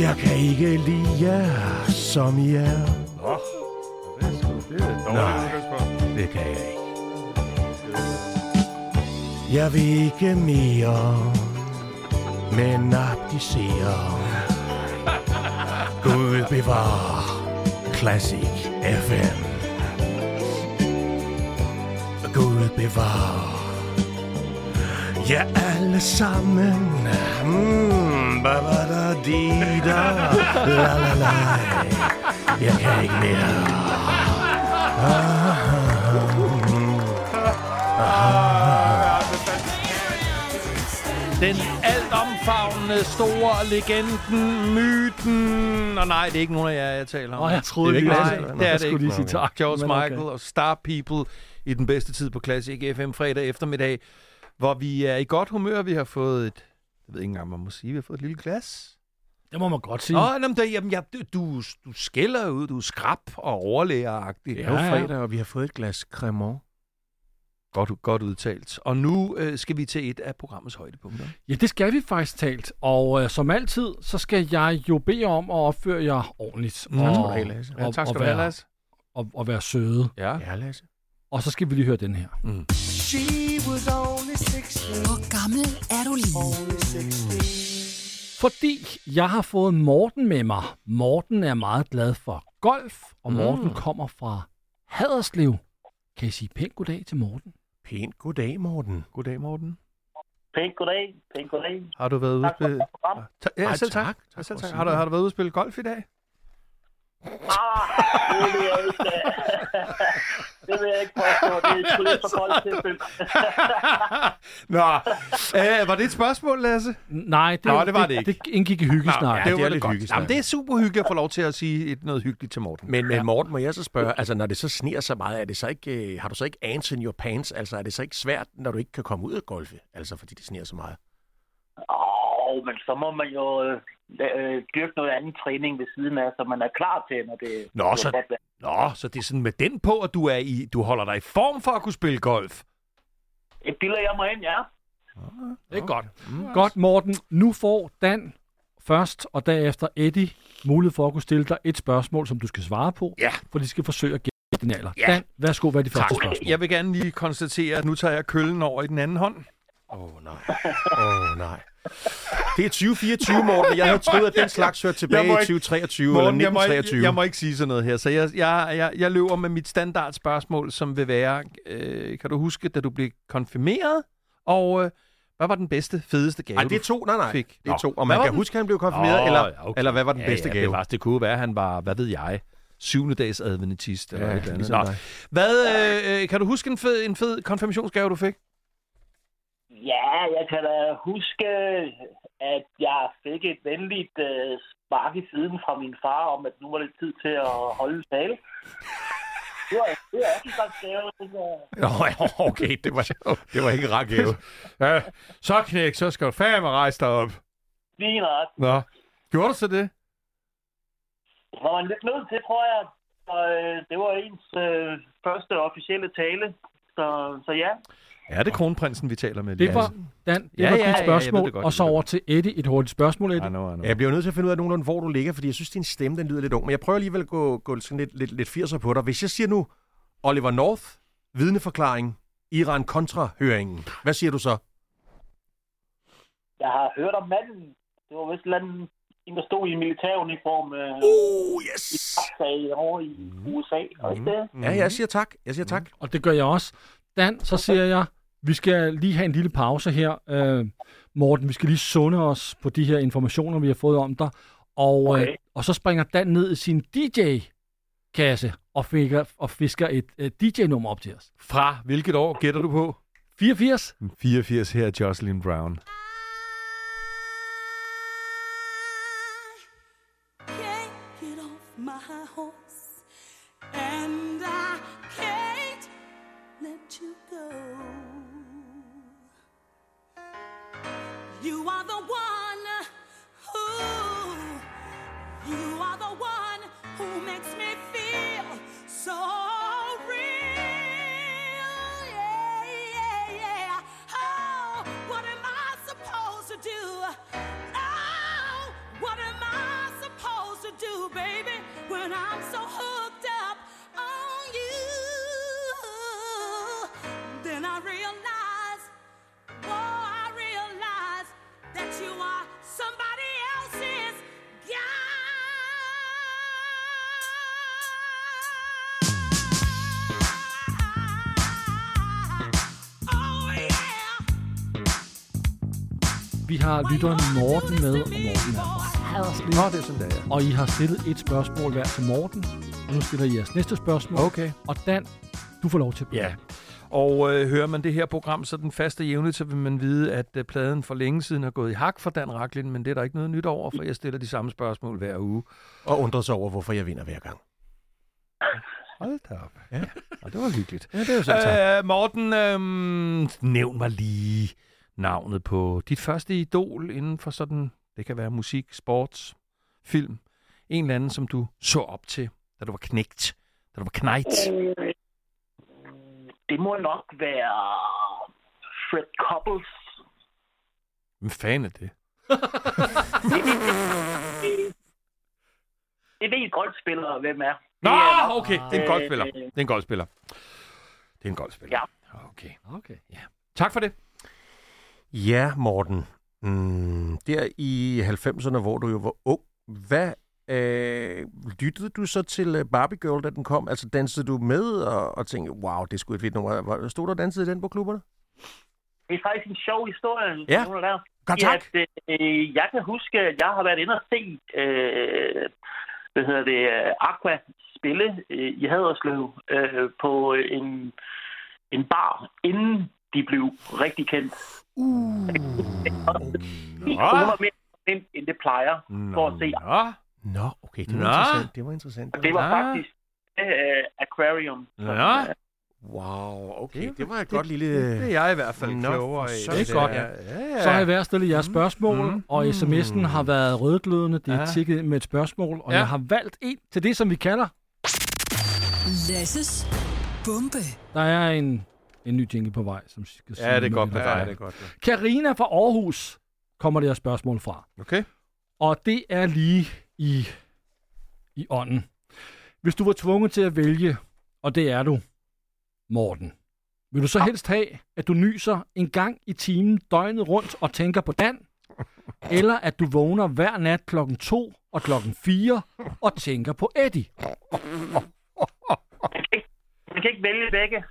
Speaker 1: Jeg kan ikke lide jer, som I er. Det kan jeg ikke. Jeg vil ikke mere, men abdicere. Gud bevare Classic FM. Gud bevare Ja, alle sammen. Mm, ba ba da di da la la la. Jeg kan ikke mere. Ah, mm.
Speaker 2: Den altomfavnende, store legenden, myten... Og nej, det er ikke nogen af jer, jeg taler om.
Speaker 4: Åh, jeg troede
Speaker 2: det er
Speaker 4: lige,
Speaker 2: ikke
Speaker 4: at-
Speaker 2: Lasse.
Speaker 4: Nå,
Speaker 2: det er
Speaker 4: jeg
Speaker 2: det
Speaker 4: skulle
Speaker 2: ikke.
Speaker 4: lige sige
Speaker 2: Nå, okay.
Speaker 4: tak,
Speaker 2: George
Speaker 4: men okay.
Speaker 2: Michael og Star People i den bedste tid på Classic FM fredag eftermiddag, hvor vi er i godt humør. Vi har fået et... Jeg ved ikke engang, man må sige, vi har fået et lille glas.
Speaker 4: Det må man godt sige.
Speaker 2: Nå, jamen, det, jamen, jeg, du, du skælder ud. Du er skrab og overlægeragtig.
Speaker 1: Det er jo fredag, og vi har fået et glas cremant.
Speaker 2: Godt, godt udtalt. Og nu øh, skal vi til et af programmets højdepunkter.
Speaker 4: Ja, det skal vi faktisk talt. Og øh, som altid, så skal jeg jo bede om at opføre jer ordentligt.
Speaker 2: Mm.
Speaker 4: Og,
Speaker 2: Tak
Speaker 1: skal du have, Lasse.
Speaker 4: Og,
Speaker 2: tak skal
Speaker 4: og,
Speaker 2: du have,
Speaker 4: være,
Speaker 2: Lasse.
Speaker 4: og, og være søde.
Speaker 2: Ja.
Speaker 1: Ja, Lasse.
Speaker 4: Og så skal vi lige høre den her.
Speaker 11: She was only 16,
Speaker 3: Hvor gammel er du lige?
Speaker 11: only 16.
Speaker 4: Fordi jeg har fået Morten med mig. Morten er meget glad for golf, og Morten mm. kommer fra Haderslev. Kan I sige pænt goddag til Morten?
Speaker 1: Pænt goddag, Morten.
Speaker 2: Goddag, Morten.
Speaker 5: Pænt goddag, pænt goddag.
Speaker 2: Har du været ude at
Speaker 5: Tak for
Speaker 2: spille...
Speaker 5: det program.
Speaker 2: Ta- ja,
Speaker 1: Ej,
Speaker 2: selv tak.
Speaker 1: tak.
Speaker 2: tak.
Speaker 1: Tak
Speaker 2: Ja, selv
Speaker 1: for
Speaker 2: tak.
Speaker 1: at
Speaker 2: Har, du,
Speaker 1: sige
Speaker 2: har du været ude at spille golf i dag?
Speaker 5: Ah, det er det, jeg ikke. det vil jeg ikke påstå. Det er sgu lidt for koldt til at
Speaker 2: Nå, øh, var det et spørgsmål, Lasse?
Speaker 4: Nej, det,
Speaker 2: Nå, det var det ikke.
Speaker 4: Det indgik i hyggesnak.
Speaker 1: ja,
Speaker 2: det,
Speaker 1: det
Speaker 2: var
Speaker 1: er
Speaker 2: det
Speaker 1: lidt
Speaker 2: godt.
Speaker 1: hyggesnak.
Speaker 2: Jamen, det er super hyggeligt at få lov til at sige et, noget hyggeligt til Morten.
Speaker 1: Men, men Morten, må jeg så spørge, altså når det så sneer så meget, er det så ikke, øh, har du så ikke ants in your pants? Altså er det så ikke svært, når du ikke kan komme ud af golfe? Altså fordi det sneer så meget.
Speaker 5: Åh, men så må man jo øh, la- øh, dyrke noget andet træning ved siden af, så man er klar til, når det...
Speaker 2: Nå,
Speaker 5: når
Speaker 2: så-
Speaker 5: det er godt vejr.
Speaker 2: Nå, så det er sådan med den på, at du, er i, du holder dig i form for at kunne spille golf.
Speaker 5: Det bilder jeg mig ind, ja.
Speaker 4: Det er godt.
Speaker 2: mm.
Speaker 4: Godt, Morten. Nu får Dan først, og derefter Eddie mulighed for at kunne stille dig et spørgsmål, som du skal svare på.
Speaker 2: Ja.
Speaker 4: For de skal forsøge at gætte din alder.
Speaker 2: Ja.
Speaker 4: Dan, værsgo, hvad er de
Speaker 2: Tak.
Speaker 4: første spørgsmål?
Speaker 2: Jeg vil gerne lige konstatere, at nu tager jeg køllen over i den anden hånd.
Speaker 1: Åh oh, nej, åh oh, nej. Det er 2024, Morten. Jeg havde troet, at den slags hørte tilbage
Speaker 2: Jeg må
Speaker 1: i
Speaker 2: ikke-
Speaker 1: 2023
Speaker 2: Morten,
Speaker 1: eller
Speaker 2: jeg, må ikke,
Speaker 1: 1923.
Speaker 2: jeg må ikke sige sådan noget her, så jeg, jeg, jeg, jeg løber med mit standardspørgsmål, som vil være, øh, kan du huske, da du blev konfirmeret, og øh, hvad var den bedste, fedeste gave,
Speaker 1: Ej, det er to, nej, nej.
Speaker 2: Fik.
Speaker 1: Det er
Speaker 2: Nå.
Speaker 1: to. Og
Speaker 2: Hvad
Speaker 1: man
Speaker 2: var
Speaker 1: kan
Speaker 2: den?
Speaker 1: huske, at han blev konfirmeret,
Speaker 2: Nå,
Speaker 1: eller,
Speaker 2: ja, okay.
Speaker 1: eller hvad var den
Speaker 2: Ja,
Speaker 1: bedste
Speaker 2: ja,
Speaker 1: gave?
Speaker 2: Det, var, det kunne jo være, at han var, hvad ved jeg, syvende dags adventist eller
Speaker 1: Ja,
Speaker 2: ja, et eller andet.
Speaker 1: ligesom
Speaker 2: Nå.
Speaker 1: dig.
Speaker 2: Hvad, øh, øh, kan du huske en fed, en fed konfirmationsgave, du fik?
Speaker 5: Ja, jeg kan da huske, at jeg fik et venligt øh, spark i siden fra min far om, at nu var det tid til at holde en tale. Det var, det var også en slags gave. tænker jeg.
Speaker 1: Nå, ja, okay, det var, det var ikke en rar gave.
Speaker 2: Ja, så knæk, så skal du fandme rejse dig op.
Speaker 5: Lige nok.
Speaker 2: Nå, gjorde du så det?
Speaker 5: Det var man lidt nødt til, tror jeg. Så, øh, det var ens øh, første officielle tale. Så, så ja,
Speaker 2: Ja, det er kronprinsen, vi taler med lige
Speaker 4: Det var, Dan, det
Speaker 2: Ja,
Speaker 4: var
Speaker 2: ja, ja, jeg
Speaker 4: dit
Speaker 2: ved det
Speaker 4: spørgsmål,
Speaker 2: godt, jeg
Speaker 4: og så
Speaker 2: ved det
Speaker 4: over til Eddie. Et hurtigt spørgsmål,
Speaker 2: I
Speaker 4: Eddie.
Speaker 2: know, I know.
Speaker 1: Jeg bliver jo nødt til at finde ud af nogenlunde, hvor du ligger, fordi jeg synes, din stemme den lyder lidt ung. Men jeg prøver alligevel at gå, gå sådan lidt, lidt, lidt 80'er på dig. Hvis jeg siger nu Oliver North, vidneforklaring, Iran kontra høringen. Hvad siger du så?
Speaker 5: jeg har hørt om manden. Det var vist et eller andet, en, der stod i militæruniform øh,
Speaker 1: Oh, yes!
Speaker 5: sagde over i USA. Og ikke det?
Speaker 1: Ja,
Speaker 2: Mhm.
Speaker 1: jeg siger tak. Jeg siger tak.
Speaker 4: Og det gør jeg også. Dan, så siger jeg, vi skal lige have en lille pause her. Øh, Morten, vi skal lige sunde os på de her informationer, vi har fået om dig. Og, okay. øh,
Speaker 5: Okay.
Speaker 4: og så springer Dan ned i sin DJ-kasse og, fisker, og fisker et øh, DJ-nummer op til os.
Speaker 2: Fra hvilket år gætter du på?
Speaker 4: 84?
Speaker 2: 84 her er Jocelyn Brown.
Speaker 11: can't get off my horse, and I can't let you go. You are the one who, you are the one who makes me feel so. real. Yeah, yeah, yeah. Oh, what am I supposed to do? Oh, what am I supposed to do, baby, when I'm so hooked up on you? Then I realize, oh, I realize that you are somebody else's guy. Oh, yeah.
Speaker 4: Vi har lytteren Morten med, og Morten er
Speaker 2: Nå, det er sådan der, ja.
Speaker 4: Og I har stillet et spørgsmål hver til Morten. Og nu stiller I jeres næste spørgsmål.
Speaker 2: Okay.
Speaker 4: Og Dan, du får lov til at blive.
Speaker 2: Ja. Og øh, hører man det her program, så den faste jævne, så vil man vide, at øh, pladen for længe siden har gået i hak for Dan Raklin, men det er der ikke noget nyt over, for jeg stiller de samme spørgsmål hver uge.
Speaker 1: Og undrer sig over, hvorfor jeg vinder hver gang.
Speaker 2: Hold da op. Ja, og det var hyggeligt.
Speaker 1: Ja, det er jo sådan, tak.
Speaker 2: Øh, Morten, øh, nævn mig lige navnet på dit første idol inden for sådan, det kan være musik, sports, film. En eller anden, som du så op til, da du var knægt, da du var knægt.
Speaker 5: Det må nok være Fred Couples.
Speaker 2: Hvem fanden er det?
Speaker 5: Det ved I godt spillere, hvem er.
Speaker 2: Nå,
Speaker 5: Det er nok- Øh,
Speaker 2: okay, det er en golfspiller. Det er en golfspiller. Det er en golfspiller. Ja. Okay.
Speaker 4: Okay.
Speaker 2: Tak for det.
Speaker 1: Ja, Morten. Mm, der i 90'erne, hvor du jo var ung, hvad øh, lyttede du så til øh, Barbie Girl, da den kom? Altså dansede du med og, og tænkte, wow, det er sgu et fedt nummer. Hvor- Stod du og dansede i den på klubberne?
Speaker 5: Det er faktisk en sjov historie.
Speaker 1: Ja.
Speaker 5: nogen af der.
Speaker 1: Godt, tak.
Speaker 5: At, øh, jeg kan huske, at jeg har været inde og se, øh, hvad hedder det, øh, Aqua Bille øh, i Haderslev øh, på øh, en, en bar, inden de blev rigtig kendt.
Speaker 1: Uh.
Speaker 5: Hun var mere kendt, end det plejer, for at se.
Speaker 1: Nå, okay, det var
Speaker 5: Nå.
Speaker 1: interessant. Det var interessant.
Speaker 5: Og det var faktisk øh, Aquarium.
Speaker 2: Nå.
Speaker 1: Wow, okay, det var et godt lille...
Speaker 2: Det er jeg i hvert fald
Speaker 1: Nå,
Speaker 2: klogere
Speaker 1: for
Speaker 2: i.
Speaker 1: søren.
Speaker 4: Det er godt.
Speaker 2: Ja, ja, ja.
Speaker 4: Så har jeg været stillet jeres spørgsmål, mm. og sms'en har været rødglødende. Det er
Speaker 2: Ja.
Speaker 4: tikket ind med et spørgsmål, og
Speaker 2: Ja.
Speaker 4: ja. jeg har valgt en til det, som vi kalder.
Speaker 3: Lasses bombe.
Speaker 4: Der er en, en ny jingle på vej, som skal sige
Speaker 2: Ja, det er
Speaker 4: noget
Speaker 2: godt
Speaker 4: lidt
Speaker 2: med
Speaker 4: om
Speaker 2: dig.
Speaker 4: det.
Speaker 2: Det er godt. ja.
Speaker 4: Karina fra Aarhus kommer det her spørgsmål fra.
Speaker 2: Okay.
Speaker 4: Og det er lige i, i ånden. Hvis du var tvunget til at vælge, og det er du, Morten, vil du så helst have, at du nyser en gang i timen døgnet rundt og tænker på Dan, eller at du vågner hver nat klokken 2 og klokken 4 og tænker på Eddie?
Speaker 5: Man kan ikke vælge begge.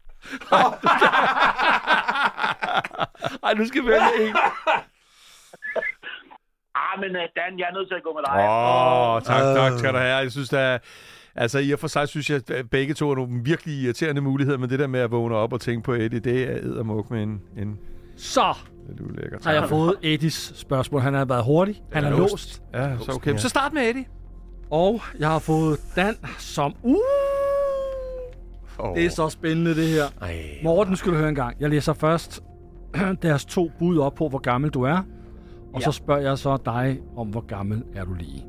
Speaker 2: Ej, nu skal vi vælge en.
Speaker 5: Ah, men øh, Dan, jeg er nødt til at gå med dig.
Speaker 2: Åh, oh, tak, tak, skal du have. Jeg synes, der er... Altså, i og for sig synes jeg, at begge to er nogle virkelig irriterende muligheder, men det der med at vågne op og tænke på Eddie, det er eddermuk med en, en
Speaker 4: Så
Speaker 2: lidt ulækker
Speaker 4: har jeg fået Eddies spørgsmål. Han har været hurtig. Han er låst.
Speaker 2: Ja, så okay. Så start med Eddie.
Speaker 4: Og jeg har fået Dan som... Uh! Det er så spændende, det her.
Speaker 1: Ej,
Speaker 4: Morten, skal du høre en gang. Jeg læser først deres to bud op på, hvor gammel du er. Og ja. så spørger jeg så dig om, hvor gammel er du lige.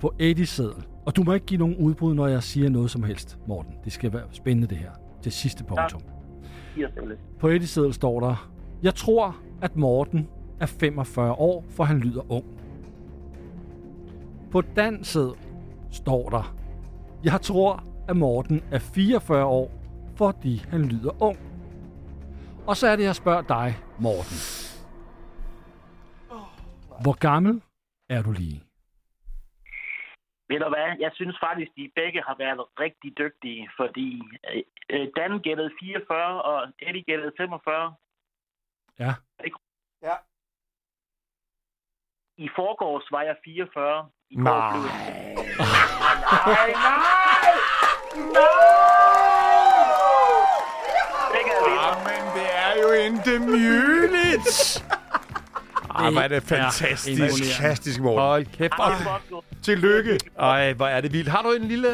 Speaker 4: På Eddies seddel. Og du må ikke give nogen udbrud, når jeg siger noget som helst, Morten. Det skal være spændende, det her. Til sidste punktum.
Speaker 5: Siger selvfølgelig.
Speaker 4: På Eddies seddel står der, Jeg tror, at Morten er 45 år, for han lyder ung. På danset står der, Jeg tror, at Morten er 44 år, fordi han lyder ung. Og så er det, jeg spørger dig, Morten. Hvor gammel er du lige?
Speaker 5: Ved du hvad? Jeg synes faktisk, de begge har været rigtig dygtige, fordi øh, øh, Dan gættede 44, og Eddie gættede 45.
Speaker 4: Ja.
Speaker 5: I forgårs var jeg 44. I går
Speaker 2: Nej.
Speaker 5: blev jeg- Begge er vinder.
Speaker 2: Ah, Men det er jo ikke muligt. Ej, hvor er det fantastisk.
Speaker 4: imponerende.
Speaker 2: fantastisk, Morten. Hold kæft. Ej,
Speaker 5: Godt gået.
Speaker 2: tillykke. Ej, hvor er det vildt. Har du en lille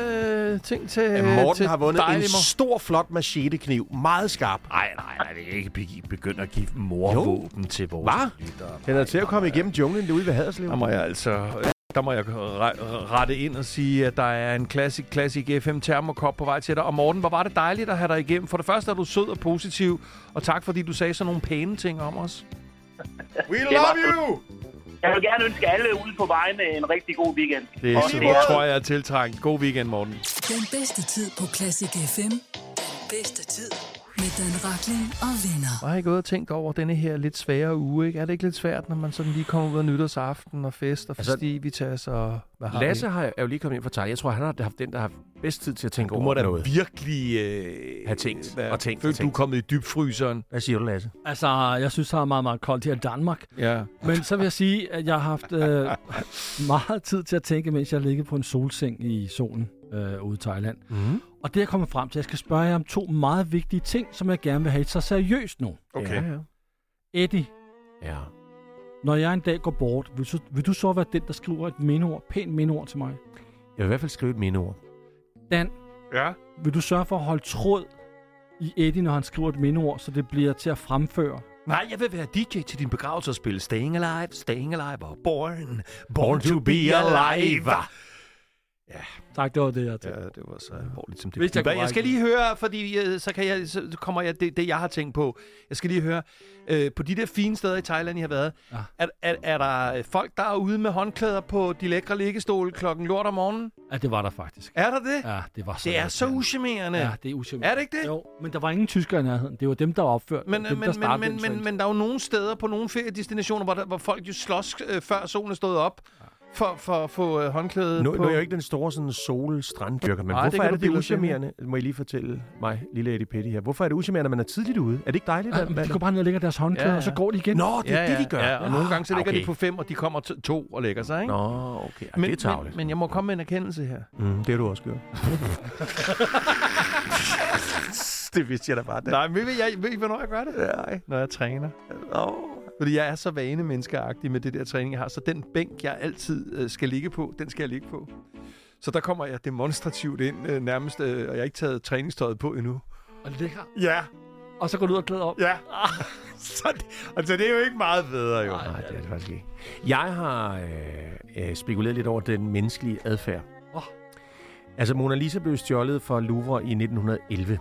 Speaker 2: øh, ting til
Speaker 1: Ja, Morten
Speaker 2: til
Speaker 1: har vundet
Speaker 2: dig,
Speaker 1: en
Speaker 2: Limmer?
Speaker 1: stor, flot machete-kniv. Meget skarp.
Speaker 12: Nej, nej, nej, det kan ikke begi- begynde at give morvåben til vores
Speaker 1: Hvad?
Speaker 12: lyttere.
Speaker 1: Den er til at komme igennem junglen derude ved Haderslev.
Speaker 2: Der må jeg altså øh, der må jeg re- rette ind og sige, at der er en klassik, klassik FM termokop på vej til dig. Og Morten, hvor var det dejligt at have dig igennem. For det første er du sød og positiv, og tak fordi du sagde sådan nogle pæne ting om os.
Speaker 1: We
Speaker 5: love
Speaker 1: you!
Speaker 5: Jeg vil gerne ønske alle ude på vejen en rigtig god weekend.
Speaker 2: Det
Speaker 5: Og-
Speaker 2: er, jeg tror jeg er tiltrængt. God weekend, Morten.
Speaker 3: Den bedste tid på Classic FM. Den bedste tid med Dan Rakling og venner.
Speaker 2: Og har I gået og tænkt over denne her lidt svære uge, ikke? Er det ikke lidt svært, når man sådan lige kommer ud af nytårsaften og fest og
Speaker 1: Altså,
Speaker 2: festivitas og... Hvad har
Speaker 1: Lasse
Speaker 2: vi?
Speaker 1: har, er jo lige kommet ind fra Thailand. Jeg tror, han har haft den, der har haft bedst tid til at tænke
Speaker 2: Du må
Speaker 1: over
Speaker 2: da
Speaker 1: noget.
Speaker 2: virkelig øh,
Speaker 1: Have tænkt
Speaker 2: være-
Speaker 1: og tænkt og
Speaker 2: Følt, du er
Speaker 1: tænkt.
Speaker 2: kommet i dybfryseren.
Speaker 1: Hvad siger du, Lasse?
Speaker 4: Altså, jeg synes, det er meget, meget koldt her i Danmark.
Speaker 2: Ja.
Speaker 4: Men så vil jeg sige, at jeg har haft øh, meget tid til at tænke, mens jeg ligger på en solseng i solen øh, ude i Thailand.
Speaker 1: Mm.
Speaker 4: Og det er jeg kommet frem til. Jeg skal spørge jer om to meget vigtige ting, som jeg gerne vil have så seriøst nu.
Speaker 2: Okay.
Speaker 1: Ja, ja.
Speaker 4: Eddie,
Speaker 1: ja.
Speaker 4: når jeg en dag går bort, vil, så, vil du så være den, der skriver et mindeord, pænt mindeord til mig?
Speaker 1: Jeg vil i hvert fald skrive et mindeord.
Speaker 4: Dan,
Speaker 2: Ja.
Speaker 4: vil du sørge for at holde tråd i Eddie, når han skriver et mindeord, så det bliver til at fremføre?
Speaker 12: Nej, jeg vil være DJ til din begravelse og spille Staying Alive, Staying Alive og Born,
Speaker 1: Born
Speaker 12: Born
Speaker 1: to
Speaker 12: to Be Alive.
Speaker 4: Tak, det var det, jeg tænkte.
Speaker 2: Ja, det var så alvorligt som
Speaker 4: Hvis
Speaker 2: det
Speaker 4: jeg
Speaker 2: jeg,
Speaker 4: kunne
Speaker 2: jeg
Speaker 4: række
Speaker 2: skal
Speaker 4: det.
Speaker 2: lige høre, fordi øh, så, kan jeg, så kommer jeg det, det, jeg har tænkt på. Jeg skal lige høre, øh, på de der fine steder i Thailand, I har været,
Speaker 4: Ja.
Speaker 2: ja. er, er, er der øh, folk, der er ude med håndklæder på de lækre liggestole klokken lort om morgenen?
Speaker 4: Ja, det var der faktisk.
Speaker 2: Er der det? Ja.
Speaker 4: Ja, det var så
Speaker 2: Det er så
Speaker 4: irriterende.
Speaker 2: uschammerende.
Speaker 4: Ja,
Speaker 2: Ja.
Speaker 4: det er usikkert.
Speaker 2: Er det ikke det?
Speaker 4: Jo, men der var ingen tyskere i nærheden. Det var dem, der var opført.
Speaker 2: Men,
Speaker 4: Det var
Speaker 2: øh, men,
Speaker 4: dem, der
Speaker 2: men,
Speaker 4: startede
Speaker 2: men,
Speaker 4: den
Speaker 2: men,
Speaker 4: trend.
Speaker 2: men der er jo nogle steder på nogle feriedestinationer, hvor, der, hvor folk jo slås, øh, før solen er stået op, for, for at få øh, håndklædet
Speaker 1: Nu,
Speaker 2: på?
Speaker 1: nu er jeg jo ikke den store sådan, solstranddyrker, men
Speaker 2: Nej,
Speaker 1: Ej,
Speaker 2: det
Speaker 1: hvorfor
Speaker 2: kan
Speaker 1: det er
Speaker 2: du
Speaker 1: det, det
Speaker 2: bilde os ind,
Speaker 1: usjarmerende, må I lige fortælle mig, lille Eddie Petty her, hvorfor er det usjarmerende, at man er tidligt ude? Er det ikke dejligt?
Speaker 4: Ej, men de går bare ned og lægger deres håndklæder,
Speaker 1: Ja,
Speaker 4: og så
Speaker 1: ja.
Speaker 4: går de igen.
Speaker 1: Nå, det er
Speaker 2: ja,
Speaker 1: det,
Speaker 2: ja,
Speaker 1: de gør.
Speaker 2: Ja, og nogle gange så ligger
Speaker 1: Ah, okay.
Speaker 2: okay. de på fem, og de kommer to, to og lægger sig, ikke?
Speaker 1: Nå, okay. Ej,
Speaker 2: men,
Speaker 1: det er tarveligt.
Speaker 2: men, men jeg må komme med en erkendelse her.
Speaker 1: Mm, det er du også gjort. det vidste jeg da bare.
Speaker 2: Nej, men ved, jeg, ved I, hvornår jeg gør det? Nej. Når jeg træner. Oh. Fordi jeg er så vanemenneskeagtig med det der træning, jeg har. Så den bænk, jeg altid øh, skal ligge på, den skal jeg ligge på. Så der kommer jeg demonstrativt ind øh, nærmest, øh, og jeg har ikke taget træningstøjet på endnu.
Speaker 4: Og lækker.
Speaker 2: Ja.
Speaker 4: Og så går du ud og klæder op.
Speaker 2: Ja. så, det, altså, det er jo ikke meget bedre, jo.
Speaker 1: Nej, det er det faktisk ikke. Jeg har øh, øh, spekuleret lidt over den menneskelige adfærd.
Speaker 4: Åh.
Speaker 1: Altså, Mona Lisa blev stjålet fra Louvre i 1911.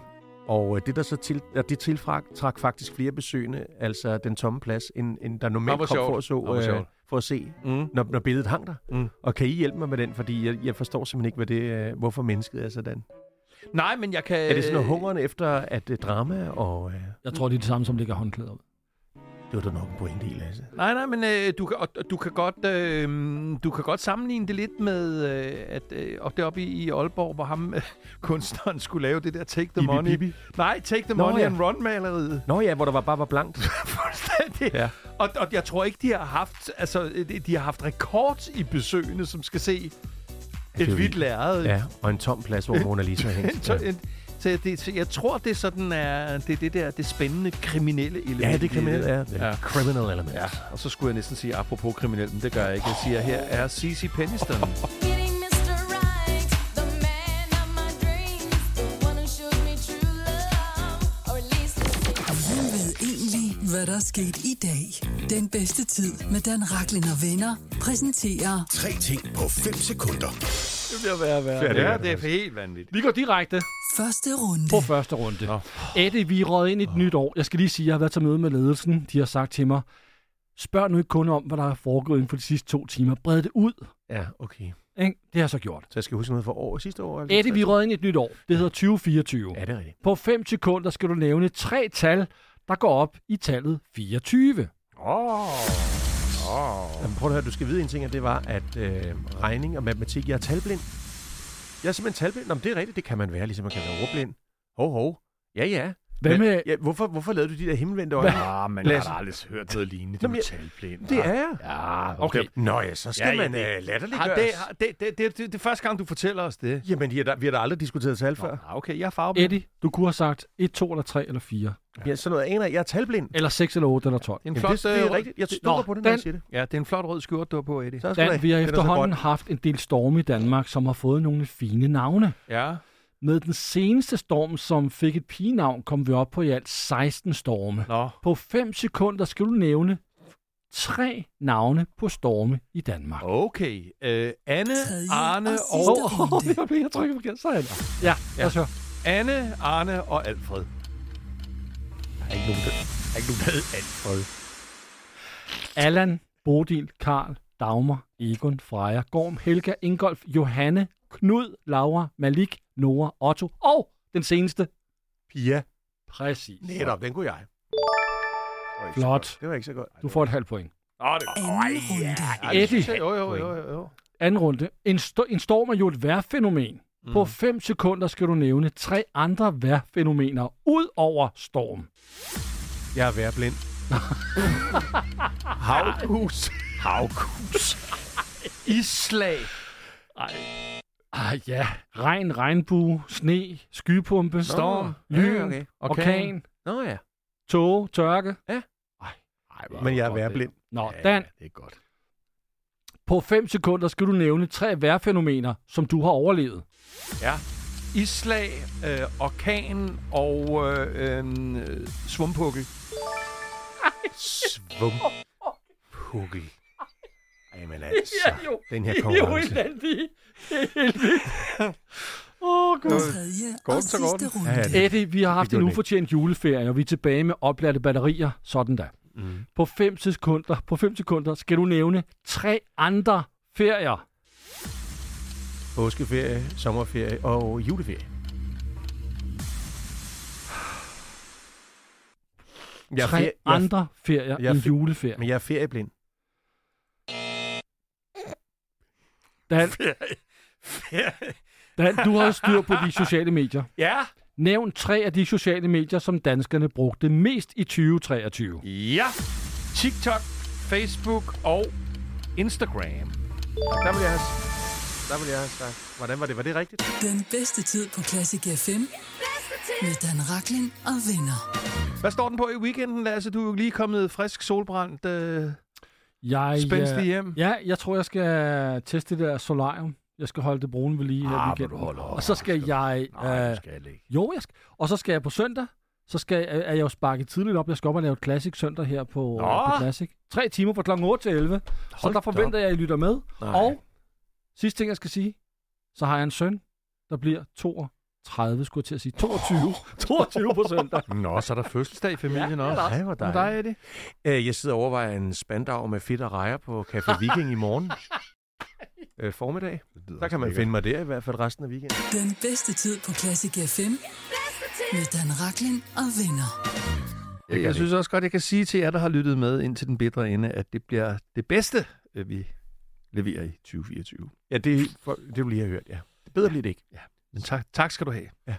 Speaker 1: Og øh, det, der så til, og det tiltrak faktisk flere besøgende, altså den tomme plads, end, end der
Speaker 2: Nå,
Speaker 1: normalt
Speaker 2: hvor
Speaker 1: kom for
Speaker 2: sjovt.
Speaker 1: at, så,
Speaker 2: Nå, hvor sjovt.
Speaker 1: for at se,
Speaker 2: Mm.
Speaker 1: når, når billedet hang der.
Speaker 2: Mm.
Speaker 1: Og kan I hjælpe mig med den? Fordi jeg, jeg forstår simpelthen ikke, hvad det, øh, hvorfor mennesket er sådan.
Speaker 2: Nej, men jeg kan... øh,
Speaker 1: Er det sådan noget hungeren efter at øh, drama, og øh,
Speaker 4: Jeg tror, det er det samme, som lægger håndklæder ud.
Speaker 1: det var da nok en pointe i, Lasse.
Speaker 2: Nej, nej, men øh, du, kan, og, og du, kan godt, øh, du kan godt sammenligne det lidt med, øh, at øh, og deroppe i, i Aalborg, hvor ham øh, kunstneren skulle lave det der Take the
Speaker 1: Bibi,
Speaker 2: Money.
Speaker 1: bibi.
Speaker 2: Nej, Take the
Speaker 1: Nå,
Speaker 2: Money
Speaker 1: ja.
Speaker 2: and Run-maleriet.
Speaker 1: Nå ja, hvor der var bare var blankt.
Speaker 2: Fuldstændig.
Speaker 1: Ja.
Speaker 2: Og, og jeg tror ikke, de har haft, altså, de- de har haft rekord i besøgende, som skal se
Speaker 1: det er
Speaker 2: et hvidt
Speaker 1: vildt.
Speaker 2: lærred.
Speaker 1: Ja, og en tom plads, hvor Mona Lisa er hængt.
Speaker 2: Så, en, så, det, så jeg tror, det er sådan er, det, er det der det spændende kriminelle element.
Speaker 1: Ja,
Speaker 2: i
Speaker 1: det er kriminelt, ja. Det er
Speaker 2: Ja.
Speaker 1: Criminal element. Ja.
Speaker 2: Og så skulle jeg næsten sige, apropos kriminelt, men det gør jeg ikke. Jeg siger, her er Cici Penniston.
Speaker 13: Getting Mr. Right, the man of my dreams, the one who showed me true love, or at least
Speaker 3: Hvem ved egentlig, hvad der er sket i dag? Den bedste tid med Dan Rakling og venner præsenterer
Speaker 10: Tre ting på 5 sekunder.
Speaker 4: Det bliver værre og værre.
Speaker 2: Ja, det er, det er helt vanvittigt.
Speaker 4: Vi går direkte
Speaker 3: første runde.
Speaker 4: på første runde. Nå. Eddie, vi er røget ind i et nyt år. Jeg skal lige sige, at jeg har været til møde med ledelsen. De har sagt til mig, spørg nu ikke kun om, hvad der er foregået inden for de sidste to timer. Bred det ud.
Speaker 1: ja, okay.
Speaker 4: Ikke? Det har jeg så gjort.
Speaker 1: Så jeg skal huske noget for år, sidste år? eller?
Speaker 4: Eddie, vi er røget ind i et nyt år. Det hedder 2024.
Speaker 1: Ja, det er rigtigt.
Speaker 4: På 5 sekunder skal du nævne tre tal, der går op i tallet 24.
Speaker 1: Jamen, prøv at høre, du skal vide en ting, og det var, at øh, regning og matematik, jeg er talblind. Jeg er simpelthen talblind. Nå, men det er rigtigt, det kan man være, ligesom man kan være ordblind. Hov, hov. Ja, ja.
Speaker 4: Hvad
Speaker 1: Men-
Speaker 4: med-
Speaker 1: Ja, hvorfor, hvorfor lavede du de der himmelvendte øjne?
Speaker 2: Ah, men
Speaker 1: Lasse.
Speaker 2: aldrig hørt noget lignende.
Speaker 1: Nå, men jeg-
Speaker 2: talblind.
Speaker 1: Det er jeg.
Speaker 2: Ja,
Speaker 4: Okay.
Speaker 1: Nå ja, så skal
Speaker 2: Ja, ja,
Speaker 1: man
Speaker 2: det-
Speaker 1: øh, latterliggøres.
Speaker 2: Har det, har- det, det, det, det, det er første gang, du fortæller os det.
Speaker 1: Jamen, vi har, da- vi har da aldrig diskuteret tal før.
Speaker 2: Ah, okay, jeg er farveblind.
Speaker 4: Eddie, du kunne have sagt 1, 2 eller 3 eller 4.
Speaker 1: Ja, sådan noget aner jeg. Jeg er talblind.
Speaker 4: Eller 6 eller 8 eller 12.
Speaker 2: Det er en
Speaker 1: Jamen,
Speaker 2: flot,
Speaker 1: det, det
Speaker 2: øh,
Speaker 1: er rigtigt. Jeg
Speaker 2: det-
Speaker 1: stoler
Speaker 4: Nå,
Speaker 1: på det, når jeg
Speaker 4: den-
Speaker 1: siger det.
Speaker 2: Ja, det er en flot rød skjort, du har på, Eddie.
Speaker 1: Så skal du
Speaker 4: Dan,
Speaker 1: have.
Speaker 4: vi har
Speaker 1: Den er så
Speaker 4: efterhånden
Speaker 1: grøn.
Speaker 4: haft en del storme i Danmark, som har fået nogle fine navne.
Speaker 2: Ja.
Speaker 4: Med den seneste storm, som fik et pigenavn, kom vi op på i alt 16 storme.
Speaker 2: Nå.
Speaker 4: På 5 sekunder skal du nævne tre navne på storme i Danmark.
Speaker 2: Okay. Øh, Anne,
Speaker 3: Tredje
Speaker 2: Arne
Speaker 3: og
Speaker 2: og...
Speaker 3: sidste runde.
Speaker 4: Jeg blev jeg trykket forkert. Så er det. Ja, lad os høre.
Speaker 2: Anne, Arne og Alfred. Der er ikke nogen, der, der, er ikke nogen, der hedder Alfred.
Speaker 4: Allan, Bodil, Karl, Dagmar, Egon, Freja, Gorm, Helga, Ingolf, Johanne, Knud, Laura, Malik, Nora, Otto og den seneste.
Speaker 1: Pia.
Speaker 4: Præcis.
Speaker 1: Netop, den kunne jeg.
Speaker 4: Flot.
Speaker 1: Det var ikke så godt.
Speaker 4: Du får et halvt point.
Speaker 2: Åh, det er
Speaker 3: Anden runde.
Speaker 4: Eddie,
Speaker 2: Jo, jo, jo, jo, jo.
Speaker 4: anden runde. En, sto- en storm er jo et vejrfænomen. Mm. På 5 sekunder skal du nævne tre andre vejrfænomener ud over storm.
Speaker 2: Jeg er værblind. Havkus. Havkus. Islag.
Speaker 4: Ah ja, regn, regnbue, sne, skypumpe, storm,
Speaker 1: ja,
Speaker 4: lyn,
Speaker 1: okay.
Speaker 4: orkan, orkan
Speaker 1: Nå ja.
Speaker 4: tåge, tørke.
Speaker 2: Ej,
Speaker 1: Men jeg er værblind.
Speaker 4: Nå, Dan,
Speaker 2: det er godt.
Speaker 4: På 5 sekunder skal du nævne tre vejrfænomener, som du har overlevet.
Speaker 2: Ja. Islag, øh, orkan og øh, øh, svumpukkel.
Speaker 1: Svum. Pukkel. Jamen altså,
Speaker 4: er jo-
Speaker 1: den her konkurrence.
Speaker 4: Åh, Gud.
Speaker 3: Tredje og
Speaker 2: Gordon, så
Speaker 3: sidste
Speaker 2: Gordon.
Speaker 3: runde.
Speaker 4: Eddie, vi har haft
Speaker 1: Det
Speaker 4: en
Speaker 1: gjorde det.
Speaker 4: ufortjent juleferie, og vi er tilbage med opladte batterier. Sådan da. Mm. På 5 sekunder, på 5 sekunder skal du nævne tre andre ferier.
Speaker 1: Påskeferie, sommerferie og juleferie. Jeg er,
Speaker 4: tre
Speaker 1: ferie, jeg,
Speaker 4: andre ferier
Speaker 1: jeg er
Speaker 4: end
Speaker 1: fe-
Speaker 4: juleferie.
Speaker 1: men jeg er ferieblind.
Speaker 4: Dan,
Speaker 2: Ferie.
Speaker 4: Dan, du har jo styr på de sociale medier.
Speaker 2: Ja.
Speaker 4: Nævn tre af de sociale medier, som danskerne brugte mest i 2023.
Speaker 2: Ja. TikTok, Facebook og Instagram. Og der vil jeg have, der vil jeg have sagt, hvordan var det? Var det rigtigt?
Speaker 3: Den bedste tid på Classic FM med Dan Rakling og venner.
Speaker 2: Hvad står den på i weekenden, Lasse? Du er jo lige kommet frisk solbrændt. Øh...
Speaker 4: Jeg, øh,
Speaker 2: Spændstig hjem.
Speaker 4: Ja, jeg tror, jeg skal teste det der solarium. Jeg skal holde det brune ved lige her i
Speaker 2: Ah, men
Speaker 4: weekenden.
Speaker 2: du holder op,
Speaker 4: og så skal jeg... Nej, øh, skal
Speaker 2: ikke.
Speaker 4: Jo, jeg skal. Og så skal jeg på søndag. Så skal, er jeg jo sparket tidligt op. Jeg skal op og lave et Classic søndag her på, øh, på Classic. Tre timer fra kl. 8 til 11.
Speaker 2: Hold
Speaker 4: så der forventer
Speaker 2: da
Speaker 4: jeg, at I lytter med.
Speaker 2: Nej.
Speaker 4: Og sidste ting, jeg skal sige, så har jeg en søn, der bliver 32, skulle jeg til at sige. 22. 22 på søndag.
Speaker 2: Nå, så er der fødselsdag i familien
Speaker 4: Ja,
Speaker 2: også.
Speaker 4: det er der.
Speaker 2: Ej, hvor
Speaker 4: Men
Speaker 2: dejligt.
Speaker 4: Eddie?
Speaker 1: Øh, jeg sidder og overvejer en spandau med fedt og rejer på Café Viking i morgen. øh, formiddag. Der kan man
Speaker 2: lækkert.
Speaker 1: finde mig der i hvert fald resten af weekenden.
Speaker 3: Den bedste tid på Classic FM med Dan Rakling og venner.
Speaker 2: Jeg, jeg synes også godt, jeg kan sige til jer, der har lyttet med indtil den bedre ende, at det bliver det bedste, øh, vi leverer i 2024.
Speaker 1: Ja, det, for, det vil jeg have hørt, ja. Det bedre bliver det ikke.
Speaker 2: Ja. Men tak, tak skal du have. Ja.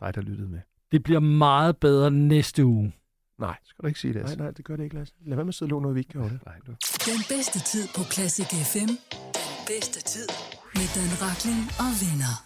Speaker 2: Dig, der lyttede med.
Speaker 4: Det bliver meget bedre næste uge.
Speaker 1: Nej.
Speaker 2: Skal du ikke sige det?
Speaker 1: Nej, nej, det gør det ikke, Lasse. Lad være med at sidde og låne noget, vi ikke kan holde.
Speaker 2: Nej, du.
Speaker 3: Den bedste tid på Classic FM. Den bedste tid med Dan Rakling og venner.